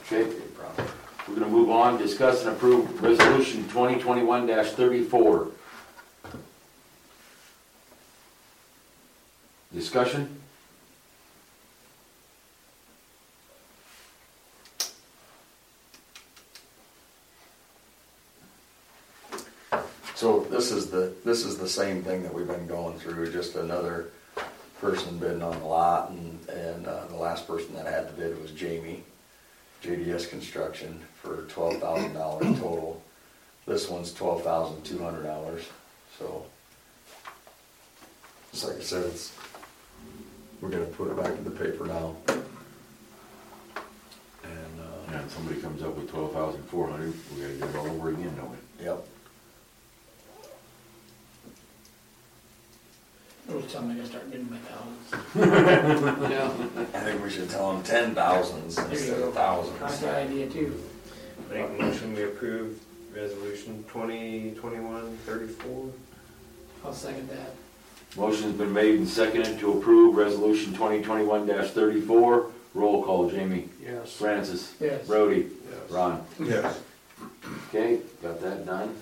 Okay, we're gonna move on, discuss and approve resolution twenty twenty-one thirty-four. Discussion? So this is the, this is the same thing that we've been going through, just another person bidding on the lot and, and uh, the last person that had the bid was Jamie, JDS Construction for twelve thousand dollars total. This one's twelve thousand two hundred dollars, so. Just like I said, it's, we're gonna put it back in the paper now. And, uh, And somebody comes up with twelve thousand four hundred, we gotta do it all over again, don't we? yep, There was time I gotta start getting my thousands. I think we should tell them ten thousands instead of That's thousands. the idea too. Make a motion, we approve resolution twenty twenty-one thirty-four. I'll second that. Motion's been made and seconded to approve resolution twenty twenty-one thirty-four. Roll call, Jamie. Yes. Francis. Yes. Brody. Yes. Ron. Yes. Okay, got that done.